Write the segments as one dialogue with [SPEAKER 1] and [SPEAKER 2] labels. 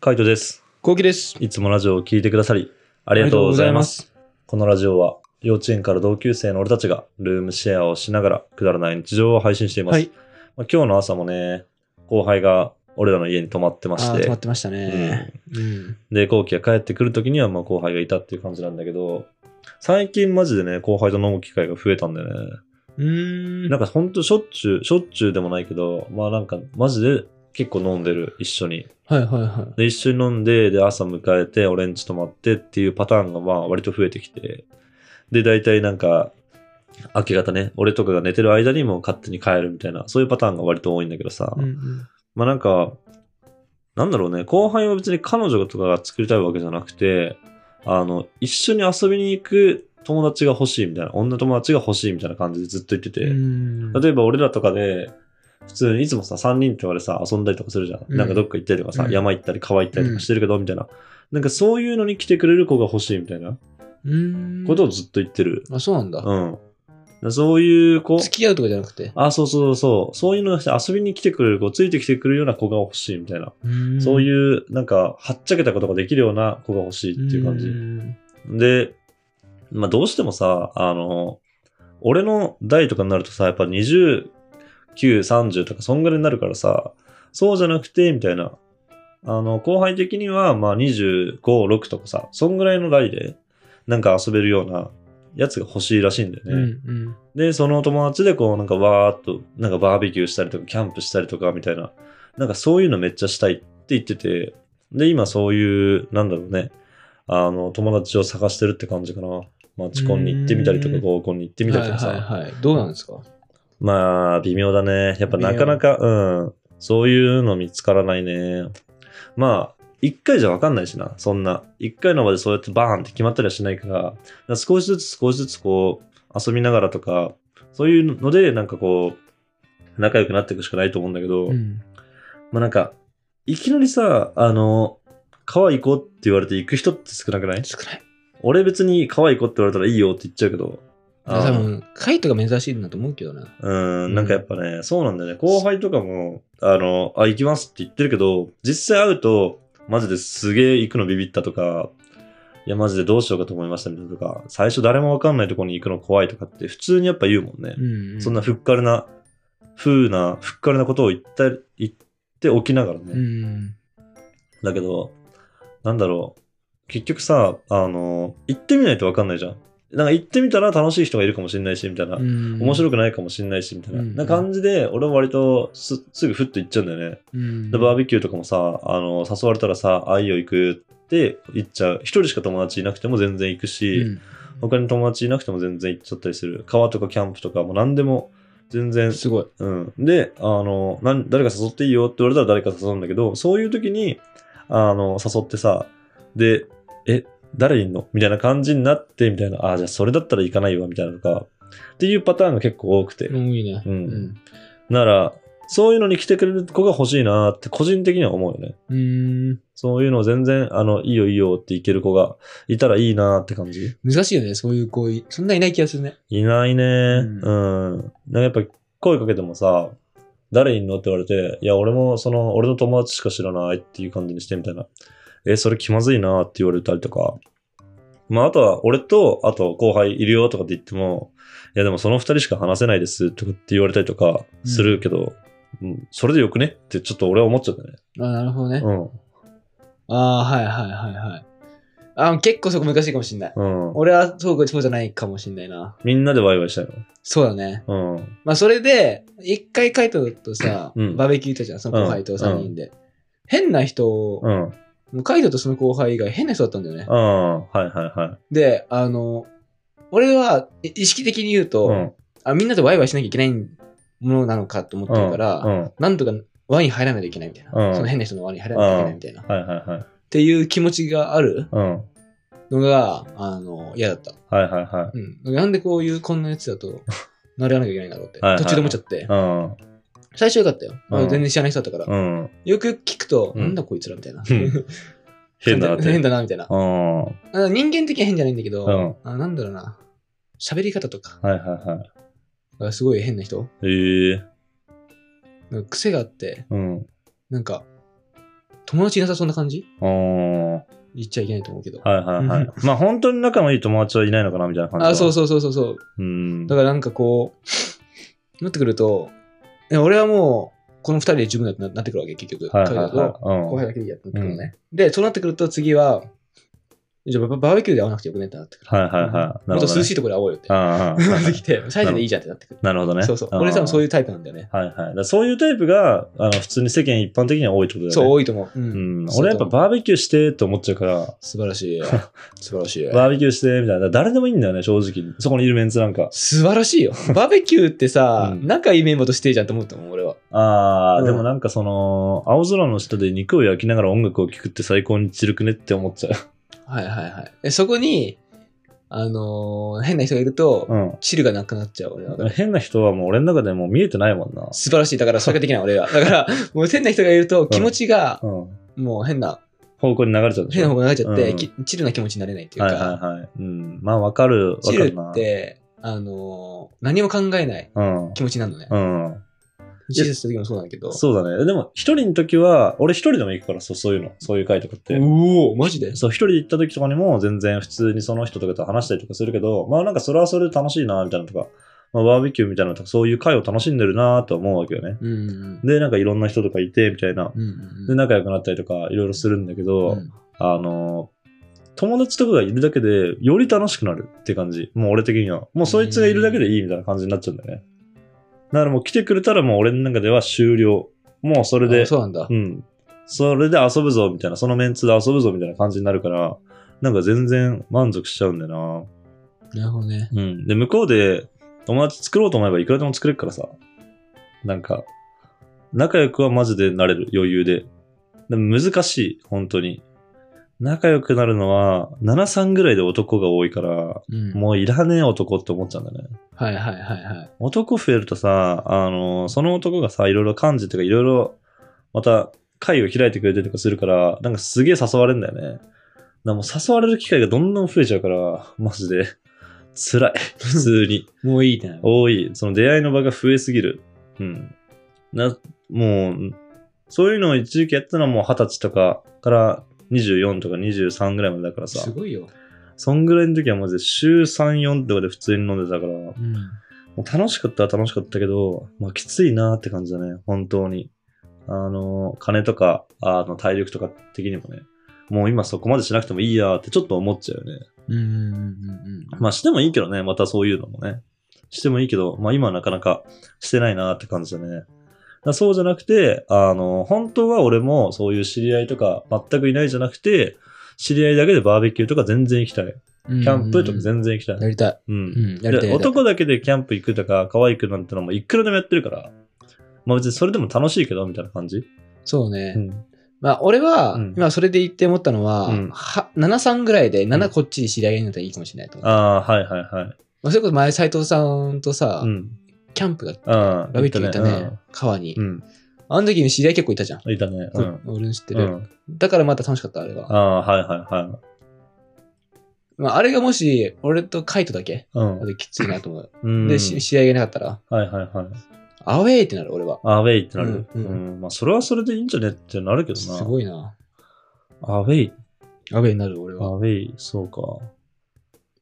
[SPEAKER 1] カイトです。
[SPEAKER 2] コウキです。
[SPEAKER 1] いつもラジオを聞いてくださり、ありがとうございます。このラジオは、幼稚園から同級生の俺たちが、ルームシェアをしながら、くだらない日常を配信しています。
[SPEAKER 2] はい。
[SPEAKER 1] まあ、今日の朝もね、後輩が俺らの家に泊まってま
[SPEAKER 2] あ
[SPEAKER 1] し、
[SPEAKER 2] あー、止まっててましたね。うん。
[SPEAKER 1] で、後期が帰ってくる時には、まあ、後輩がいたっていう感じなんだけど、最近マジでね、後輩と飲む機会が増えたんだよね。
[SPEAKER 2] うーん。
[SPEAKER 1] なんかほんとしょっちゅう、しょっちゅうでもないけど、まあなんか、マジで結構飲んでる、一緒に。
[SPEAKER 2] はいはいは
[SPEAKER 1] で、一緒に飲んで、で、朝迎えて、俺んち泊まってっていうパターンが、まあ、割と増えてきて。で、大体なんか、明け方ね、俺とかが寝てる間にもう勝手に帰るみたいな、そういうパターンが割と多いんだけどさ。
[SPEAKER 2] い。うんうん。
[SPEAKER 1] まあなんか、なんだろうね、後輩は別に彼女とかが作りたいわけじゃなくて、あの、一緒に遊びに行く友達が欲しいみたいな、女友達が欲しいみたいな感じでずっと言ってて。
[SPEAKER 2] うん
[SPEAKER 1] 例えば俺らとかで、普通にいつもさ、3人って言われさ、遊んだりとかするじゃん。
[SPEAKER 2] うん
[SPEAKER 1] なんかどっか行ったりとかさ、
[SPEAKER 2] うん
[SPEAKER 1] 山行ったり川行ったりとかしてるけど、みたいな。なんかそういうのに来てくれる子が欲しいみたいな
[SPEAKER 2] うーん。
[SPEAKER 1] ことをずっと言ってる。
[SPEAKER 2] あ、そうなんだ。
[SPEAKER 1] うん。そういう子、
[SPEAKER 2] 付き合うとかじゃなくて。
[SPEAKER 1] あ、そうそうそう、そういうのをして遊びに来てくれる子、ついてきてくれるような子が欲しいみたいな。そう
[SPEAKER 2] う
[SPEAKER 1] いう、なんか、はっちゃけたことができるような子が欲しいっていう感じ。
[SPEAKER 2] ん
[SPEAKER 1] で、まあ、どうしてもさ、あの、俺の代とかになるとさ、やっぱ29、30とか、そんぐらいになるからさ、そうじゃなくて、みたいな。あの、後輩的には、まあ、25、6とかさ、そんぐらいの代で、なんか遊べるようなやつが欲しいらしいんだよね。
[SPEAKER 2] うん
[SPEAKER 1] で、その友達でこう、なんかわーっと、なんかバーベキューしたりとか、キャンプしたりとか、みたいな。なんかそういうのめっちゃしたいって言ってて、で、今そういう、なんだろうね、あの、友達を探してるって感じかな。まあ、チコンに行ってみたりと
[SPEAKER 2] う
[SPEAKER 1] か、
[SPEAKER 2] ん
[SPEAKER 1] 合コンに行って
[SPEAKER 2] うん。
[SPEAKER 1] みたり
[SPEAKER 2] はい
[SPEAKER 1] とか
[SPEAKER 2] はい
[SPEAKER 1] さ。
[SPEAKER 2] はい。どうなんですか
[SPEAKER 1] まあ、微妙だね。やっぱなかなか、うん、そういうの見つからないね。まあ、一回じゃわかんないしな、そんな。一回の場でそうやってバーンって決まったりはしないから、だから少しずつ少しずつこう、遊びながらとか、そういうので、なんかこう、仲良くなっていくしかないと思うんだけど、
[SPEAKER 2] うん。
[SPEAKER 1] まあなんか、いきなりさ、あの、川行こうって言われて行く人って少なくない
[SPEAKER 2] 少ない。
[SPEAKER 1] 俺別に川行こうって言われたらいいよって言っちゃうけど、あ
[SPEAKER 2] 多分、カイトが珍しいんだと思うけどな。
[SPEAKER 1] う、
[SPEAKER 2] うんん
[SPEAKER 1] なんかやっぱね、そうなんだよね。後輩とかも、あの、あ、行きますって言ってるけど、実際会うと、マジですげえ行くのビビったとか、いや、マジでどうしようかと思いましたみたいなとか、最初誰もわかんないところに行くの怖いとかって、普通にやっぱ言うもんね。
[SPEAKER 2] うん。
[SPEAKER 1] そんなふっかるな、風な、ふっかるなことを言った、言っておきながらね。
[SPEAKER 2] うん。
[SPEAKER 1] だけど、なんだろう。結局さ、あの、行ってみないとわかんないじゃん。なんか行ってみたら楽しい人がいるかもしれないし、みたいな。面
[SPEAKER 2] 面
[SPEAKER 1] 白くないかもしれないしみたいな,、
[SPEAKER 2] うん
[SPEAKER 1] な感じで俺は割とすすぐフッと行っちゃうんだよね、
[SPEAKER 2] うん。
[SPEAKER 1] でバーベキューとかもさあの誘われたらさ「あいいよ行く」って行っちゃう一人しか友達いなくても全然行くし、
[SPEAKER 2] うん
[SPEAKER 1] 他に友達いなくても全然行っちゃったりする川とかキャンプとかもう何でも全然
[SPEAKER 2] すごい。
[SPEAKER 1] うん、であのなん誰か誘っていいよって言われたら誰か誘うんだけどそういう時にあの誘ってさでえ誰いんのみたいな感じになってみたいなあじゃあそれだったら行かないわみたいなとかっていうパターンが結構多くて、
[SPEAKER 2] うんいいね。
[SPEAKER 1] うん
[SPEAKER 2] うん
[SPEAKER 1] ならそういうのに来てくれる子が欲しいなって個人的には思うよね
[SPEAKER 2] うん。
[SPEAKER 1] そういうのを全然あのいいよいいよって行ける子がいたらいいなって感じ
[SPEAKER 2] 難しいよね、そういう行為。そんないない気がするね。
[SPEAKER 1] いないね。う。
[SPEAKER 2] うん
[SPEAKER 1] なんかやっぱ声かけてもさ、誰いんのって言われて、いや、俺もその、俺の友達しか知らないっていう感じにしてみたいな。え、それ気まずいなって言われたりとか。まあ、あとは、俺と、あと後輩いるよとかって言っても、いや、でもその二人しか話せないですとかって言われたりとかするけど、うんそれでよくねってちょっと俺は思っちゃったね。
[SPEAKER 2] あなるほどね。
[SPEAKER 1] う
[SPEAKER 2] ああ、はいはいはいはい。あ結構そこ難しいかもしんない。
[SPEAKER 1] ん。うん。
[SPEAKER 2] 俺はそうそうじゃないかもしんないな。
[SPEAKER 1] みんなでワイワイしたいの。
[SPEAKER 2] そうだね。
[SPEAKER 1] うん。
[SPEAKER 2] まあそれで、一回カイトとさ、
[SPEAKER 1] うん
[SPEAKER 2] バーベキュー行ったじゃん、その後輩と
[SPEAKER 1] うん
[SPEAKER 2] 3人で。変な人を、
[SPEAKER 1] うん。うん。
[SPEAKER 2] もうカイトとその後輩以外変な人だったんだよね。
[SPEAKER 1] はいはいはい。で
[SPEAKER 2] で、あの、俺はい意識的に言うと、
[SPEAKER 1] うん。
[SPEAKER 2] あ、みんなでワイワイしなきゃいけないものなのかと思ってるから、
[SPEAKER 1] うん。うん
[SPEAKER 2] なんとか輪に入らないといけないみたいな。
[SPEAKER 1] うん
[SPEAKER 2] その変な人の輪に入らないといけないみたいな。っ
[SPEAKER 1] はいはいはい。
[SPEAKER 2] ていう気持ちがある
[SPEAKER 1] うん。
[SPEAKER 2] のが、あの、嫌だった。
[SPEAKER 1] はいはいはい。
[SPEAKER 2] うん。なんでこういうこんなやつだと、なれやらなきゃいけないんだろうっ て
[SPEAKER 1] はいはい、
[SPEAKER 2] 途中で思っちゃって。
[SPEAKER 1] うん。
[SPEAKER 2] 最初よかったよ。あ
[SPEAKER 1] うん
[SPEAKER 2] 全然知らない人だったから。
[SPEAKER 1] うん。
[SPEAKER 2] よくよく聞くと、
[SPEAKER 1] うん
[SPEAKER 2] なんだこいつらみたいな。
[SPEAKER 1] うん変だなって。
[SPEAKER 2] 変だな、みたいな。
[SPEAKER 1] うん。は
[SPEAKER 2] あ人間的には変じゃないんだけど、
[SPEAKER 1] うん
[SPEAKER 2] あなんだろうな。喋り方とか
[SPEAKER 1] いはいは
[SPEAKER 2] がすごい変な人。
[SPEAKER 1] い。ええ
[SPEAKER 2] なんか癖があって、
[SPEAKER 1] うん。
[SPEAKER 2] なんか、友達いなさそうな感じ
[SPEAKER 1] あー
[SPEAKER 2] 言っちゃいけないと思うけど。
[SPEAKER 1] はいはいはい。まあ本当に仲のいい友達はいないのかなみたいな感じ
[SPEAKER 2] あ、そう
[SPEAKER 1] う。
[SPEAKER 2] そうそうそうそう。
[SPEAKER 1] うん。
[SPEAKER 2] だからなんかこう、 なってくると、いや俺はもう、この二人で十分だってななってくるわけ、結局。
[SPEAKER 1] はいはい
[SPEAKER 2] 彼らと後
[SPEAKER 1] はい。
[SPEAKER 2] 輩だけでやってくるのね。で、そうなってくると次は、じゃあババーベキューで会わなくてよくねってなってくる。
[SPEAKER 1] はいはいはい。
[SPEAKER 2] もっと涼し
[SPEAKER 1] い。
[SPEAKER 2] いところで会おうよって。
[SPEAKER 1] ああ。
[SPEAKER 2] なってきて、サイズでいいじゃんってなってくる。
[SPEAKER 1] なるほどね。
[SPEAKER 2] そうそう。俺さんもそう
[SPEAKER 1] いう。
[SPEAKER 2] いうタイプなんだよね。
[SPEAKER 1] はいはい。だからそういうタイプが、あの、普通に世間一般的には多いってことだよね。
[SPEAKER 2] そう、多いと思う。う。
[SPEAKER 1] うんん。俺やっぱバーベキューしてって思っちゃうから、
[SPEAKER 2] 素晴ら しい。素晴らしい。
[SPEAKER 1] バーベキューしてみたいな。だから誰でもいいんだよね、正直。そこにいるメンツなんか。
[SPEAKER 2] 素晴らしい よ。バーベキューってさ、
[SPEAKER 1] うん
[SPEAKER 2] 仲いいメンバーとしていいじゃんって思うと思う、俺は。
[SPEAKER 1] ああ、
[SPEAKER 2] うん
[SPEAKER 1] でもなんかその、青空の下で肉を焼きながら音楽を聴くって最高に散るくねって思っちゃう。
[SPEAKER 2] はいはいはい。えそこに、あのー変な人がいると、
[SPEAKER 1] うん。
[SPEAKER 2] チルがなくなっちゃう、俺は。
[SPEAKER 1] 変な人はもう俺の中でもう見えてないもんな。
[SPEAKER 2] 素晴らしい。だから、それができない、俺は。だから、もう変な人がいると、気持ちが、
[SPEAKER 1] うん。
[SPEAKER 2] もう変な、
[SPEAKER 1] 方向に流れちゃうでし
[SPEAKER 2] 変
[SPEAKER 1] ょ
[SPEAKER 2] な方向に流れちゃって、
[SPEAKER 1] うん
[SPEAKER 2] きチルな気持ちになれないっていう
[SPEAKER 1] は
[SPEAKER 2] か、
[SPEAKER 1] いはいはい。うん。まあ、わかる。わか
[SPEAKER 2] チル
[SPEAKER 1] るな。
[SPEAKER 2] って、あのー何も考えない
[SPEAKER 1] うん。
[SPEAKER 2] 気持ちになるのね。
[SPEAKER 1] うん。
[SPEAKER 2] 小さい時もそうなんだけど。
[SPEAKER 1] そうだね。でも、一人の時は、俺一人でも行くから、そうそういうの。そういう回とかって。
[SPEAKER 2] うおマジで
[SPEAKER 1] そう、一人で行った時とかにも、全然普通にその人とかと話したりとかするけど、まあなんかそれはそれで楽しいな、みたいなとか、まあバーベキューみたいなのとか、そういう回を楽しんでるな、とは思うわけよね。
[SPEAKER 2] うんうん
[SPEAKER 1] で、なんかいろんな人とかいて、みたいな。
[SPEAKER 2] うんうんうん。
[SPEAKER 1] で、仲良くなったりとか、いろいろするんだけど、
[SPEAKER 2] うん
[SPEAKER 1] あの、友達とかがいるだけで、より楽しくなるって感じ。もう俺的には。もうそいつがいるだけでいいみたいな感じになっちゃうんだよね。だからもう来てくれたらもう俺の中では終了。もうそれで
[SPEAKER 2] あ、そうなんだ
[SPEAKER 1] う。ん。それで遊ぶぞみたいな、そのメンツで遊ぶぞみたいな感じになるから、なんか全然満足しちゃうんだよ
[SPEAKER 2] なるほどね。
[SPEAKER 1] な。うん。で、向こうで友達作ろうと思えばいくらでも作れるからさ。なんか、仲良くはマジでなれる、余裕で。でも難しい、本当に。仲良くなるのは、7、3ぐらいで男が多いから、
[SPEAKER 2] うん。
[SPEAKER 1] もういらねえ男って思っちゃうんだね。
[SPEAKER 2] はいはいはいはい。
[SPEAKER 1] 男増えるとさ、あの、その男がさ、いろいろ感じとか、いろいろ、また、会を開いてくれてとかするから、なんかすげえ誘われるんだよね。だからもう誘われる機会がどんどん増えちゃうから、マジで、辛い。普通に。
[SPEAKER 2] もういいってなる。
[SPEAKER 1] 多い。その出会いの場が増えすぎる。うん。な、もう、そういうのを一時期やってたのはもう二十歳とかから24とか23ぐらいまでだからさ
[SPEAKER 2] す、ごいよ。
[SPEAKER 1] そんぐらいの時はマジで週3、4とかで普通に飲んでたから、
[SPEAKER 2] うん。
[SPEAKER 1] もう楽しかったは楽しかったけど、まあ、きついなーって感じだね、本当に。あのー、金とか、あの、体力とか的にもね、もう今そこまでしなくてもいいやーってちょっと思っちゃうよね。
[SPEAKER 2] うんうんうんうん。
[SPEAKER 1] まあ、してもいいけどね、またそういうのもね。してもいいけど、まあ、今はなかなかしてないなーって感じだね。だからそうじゃなくて、あのー、本当は俺もそういう知り合いとか全くいないじゃなくて、知り合いだけでバーベキューとか全然行きたい。
[SPEAKER 2] キ
[SPEAKER 1] キャンプとか全然行きたい。
[SPEAKER 2] やりたい。
[SPEAKER 1] うん
[SPEAKER 2] うん、やりたい。
[SPEAKER 1] で男だけでキャンプ行くとか、可愛くなんてのもいくらでもやってるから、まあ別にそれでも楽しいけど、みたいな感じ。
[SPEAKER 2] そうね。
[SPEAKER 1] うん。
[SPEAKER 2] まあ、俺は、
[SPEAKER 1] うん
[SPEAKER 2] 今それで言って思ったのは、
[SPEAKER 1] うん
[SPEAKER 2] は7、3ぐらいで
[SPEAKER 1] う
[SPEAKER 2] 7
[SPEAKER 1] ん
[SPEAKER 2] こっちに知り合いになったらいいかもしれないと思う。
[SPEAKER 1] ああー、はいはいはい。
[SPEAKER 2] まあ、それこそ前、斎藤さんとさ、
[SPEAKER 1] うん。
[SPEAKER 2] キャンプだった。
[SPEAKER 1] ああ、
[SPEAKER 2] ラビットに行ったね、川に。
[SPEAKER 1] うん。
[SPEAKER 2] あの時に知り合い結構いたじゃん。
[SPEAKER 1] うん。いたね。うん。
[SPEAKER 2] 俺の知って
[SPEAKER 1] う
[SPEAKER 2] る、
[SPEAKER 1] ん、
[SPEAKER 2] だからまた楽しかった、あれは。
[SPEAKER 1] ああ、はいはいはい。
[SPEAKER 2] まあ、あれがもし、俺とカイトだけ、
[SPEAKER 1] うん
[SPEAKER 2] だときついなと思う。
[SPEAKER 1] うん。
[SPEAKER 2] で、し知り合いがいなかったら、
[SPEAKER 1] はいはいはい。
[SPEAKER 2] アウェイってなる、俺は。
[SPEAKER 1] アウェイってなる。
[SPEAKER 2] う
[SPEAKER 1] うんん。
[SPEAKER 2] う
[SPEAKER 1] まあそれはそれでいいんじゃねってなるけどな。
[SPEAKER 2] すごいな。
[SPEAKER 1] アウェイ、
[SPEAKER 2] アウェイになる、俺
[SPEAKER 1] ア
[SPEAKER 2] は。
[SPEAKER 1] ウェイ、そうか。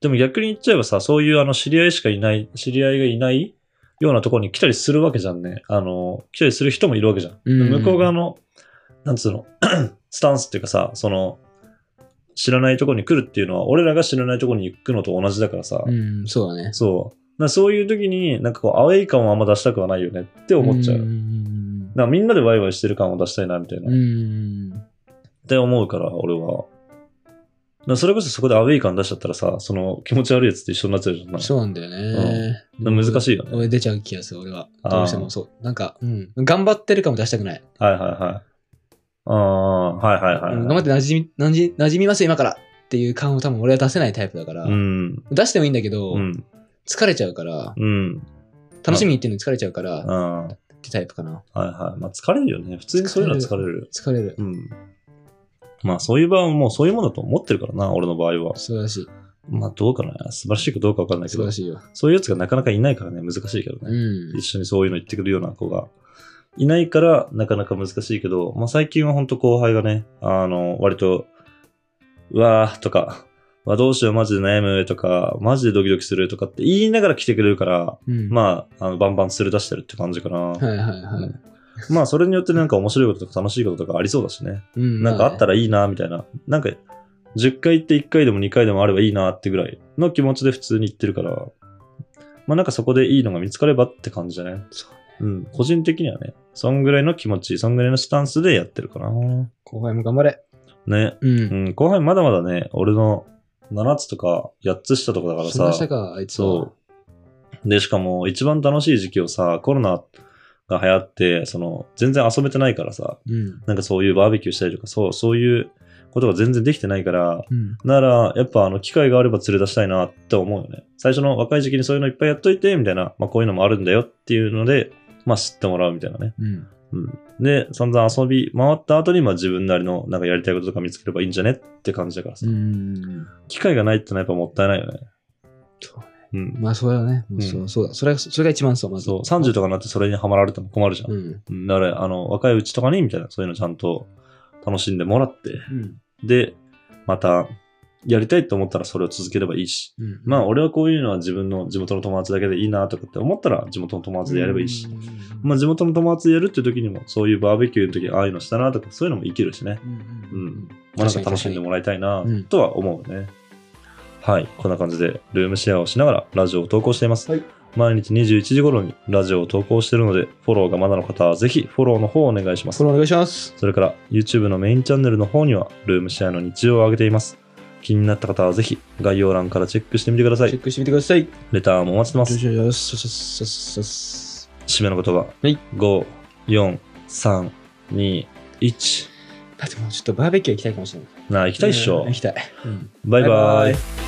[SPEAKER 1] でも逆に言っちゃえばさ、そういうあの知り合いしかいない、知り合いがいないようなところに来たりするわけじゃんね。あの、来たりする人もいるわけじゃん。
[SPEAKER 2] うん
[SPEAKER 1] 向こう側の、なんつうの、 スタンスっていうかさ、その、知らないとこに来るっていうのは、俺らが知らないとこに行くのと同じだからさ、
[SPEAKER 2] うん、そうだね。
[SPEAKER 1] そう。だからそういう時に、なんかこう、アウェイ感をあんま出したくはないよねって思っちゃう。
[SPEAKER 2] ん
[SPEAKER 1] だから
[SPEAKER 2] ん
[SPEAKER 1] みんなでワイワイしてる感を出したいなみたいな、
[SPEAKER 2] うんうんう
[SPEAKER 1] っ
[SPEAKER 2] ん。うん。
[SPEAKER 1] て思うから、俺は。だからそれこそそこでアウェイ感出しちゃったらさ、その気持ち悪いやつと一緒になっちゃうじゃん。
[SPEAKER 2] そうなんだよね。
[SPEAKER 1] うん難しいよね
[SPEAKER 2] 俺俺出ちゃう気がする、俺は。
[SPEAKER 1] あー
[SPEAKER 2] どうしてもそう。なんか、うん。頑張ってるかも出したくない。
[SPEAKER 1] はいはいはい。ああ、はいはいはい、
[SPEAKER 2] うん頑張って馴染み、馴染み馴染みます、今からっていう感を多分俺は出せないタイプだから。
[SPEAKER 1] うん。
[SPEAKER 2] 出してもいいんだけど、
[SPEAKER 1] うん。
[SPEAKER 2] 疲れちゃうから、
[SPEAKER 1] うん。
[SPEAKER 2] 楽しみに行ってるのに疲れちゃうから、っ
[SPEAKER 1] ああ。
[SPEAKER 2] てタイプかな。
[SPEAKER 1] はいはい。まあ疲れるよね。普通にそういうのは疲れる。
[SPEAKER 2] 疲れる。
[SPEAKER 1] うん。まあそういう場合はもうそういうものだと思ってるからな、俺の場合は。
[SPEAKER 2] 素晴らしい。
[SPEAKER 1] まあどうかな。素晴らしいかどうかわかんないけ
[SPEAKER 2] 素晴
[SPEAKER 1] ど
[SPEAKER 2] ら、しいよ。
[SPEAKER 1] そういうやつがなかなかいないからね、難しいけど
[SPEAKER 2] う
[SPEAKER 1] ね。
[SPEAKER 2] ん。
[SPEAKER 1] 一緒にそういうの言ってくるような子がいないからなかなか難しいけど、まあ、最近は本当後輩がね、あの、割と、うわーとか、まあ、どうしようマジで悩むとか、マジでドキドキするとかって言いながら来てくれるから、
[SPEAKER 2] うん
[SPEAKER 1] まあ、あのバンバン連れ出してるって感じかな。
[SPEAKER 2] はいはいはい。
[SPEAKER 1] まあ、それによってなんか面白いこととか楽しいこととかありそうだしね。
[SPEAKER 2] うん
[SPEAKER 1] なんかあった
[SPEAKER 2] ら。
[SPEAKER 1] らいいな、みたいな。なんか、10回行って1回でも2回でもあればいいなってぐらいの気持ちで普通に行ってるから、まあなんかそこでいいのが見つかればって感じじゃね。
[SPEAKER 2] そう
[SPEAKER 1] うん、個人的にはね、そんぐらいの気持ち、そんぐらいのスタンスでやってるかな。
[SPEAKER 2] 後輩も頑張れ。
[SPEAKER 1] ね。
[SPEAKER 2] う。
[SPEAKER 1] うんん、後輩まだまだね、俺の7つとか8つ下とかだから
[SPEAKER 2] そんなし
[SPEAKER 1] さ
[SPEAKER 2] た、か、あいつは。
[SPEAKER 1] そう。で、しかも一番楽しい時期をさ、コロナが流行って、その、全然遊べてないからさ、
[SPEAKER 2] うん。
[SPEAKER 1] なんかそういうバーベキューしたりとか、そう、そういうことが全然できてないから、
[SPEAKER 2] うん。
[SPEAKER 1] なら、やっぱあの、機会があれば連れ出したいなって思うよね。最初の若い時期にそういうのいっぱいやっといて、みたいな、まあこういうのもあるんだよっていうので、まあ知ってもらうみたいなね。
[SPEAKER 2] うん。
[SPEAKER 1] うん。で、散々遊び回った後に、まあ自分なりのなんかやりたいこととか見つければいいんじゃねって感じだからさ。
[SPEAKER 2] うん。
[SPEAKER 1] 機会がないってのはやっぱもったいないよね。
[SPEAKER 2] そう
[SPEAKER 1] うん。
[SPEAKER 2] まあ、それはね、もうそううそうだ。それが、それが一番そう、まず。
[SPEAKER 1] そう、30とかになってそれにハマられても困るじゃん。
[SPEAKER 2] うん。
[SPEAKER 1] うん、だから、あの、若いうちとかに、みたいな、そういうのちゃんと楽しんでもらって、
[SPEAKER 2] うん。
[SPEAKER 1] で、また、やりたいと思ったらそれを続ければいいし。
[SPEAKER 2] うん。
[SPEAKER 1] まあ、俺はこういうのは自分の地元の友達だけでいいなとかって思ったら地元の友達でやればいいし
[SPEAKER 2] う。ん。
[SPEAKER 1] まあ、地元の友達でやるっていう時にも、そういうバーベキューの時ああいうのしたなとか、そういうのも生きるしね。
[SPEAKER 2] うん。
[SPEAKER 1] うんまあ、なんか楽しんでもらいたいな
[SPEAKER 2] うん
[SPEAKER 1] とは思うね。はい。こんな感じで、ルームシェアをしながらラジオを投稿しています。
[SPEAKER 2] はい
[SPEAKER 1] 毎日21時頃にラジオを投稿しているので、フォローがまだの方はぜひフォローの方をお願いします
[SPEAKER 2] そ。れお願いします。
[SPEAKER 1] それから YouTube のメインチャンネルの方にはルームシェアの日常を上げています。気になった方はぜひ概要欄からチェックしてみてくださ
[SPEAKER 2] チェ
[SPEAKER 1] い。
[SPEAKER 2] ックしてみてください。よ
[SPEAKER 1] レターもお待ちしてま
[SPEAKER 2] ろし
[SPEAKER 1] す。
[SPEAKER 2] くお願いします。
[SPEAKER 1] 締めの言葉。
[SPEAKER 2] い
[SPEAKER 1] 5、4、3、2、1。
[SPEAKER 2] だってもうちょっとバーベキュー行きたいかもしれない。
[SPEAKER 1] なあ、行きたいっしょ
[SPEAKER 2] うん行。きたい。うん
[SPEAKER 1] バイバイ。
[SPEAKER 2] バイバイ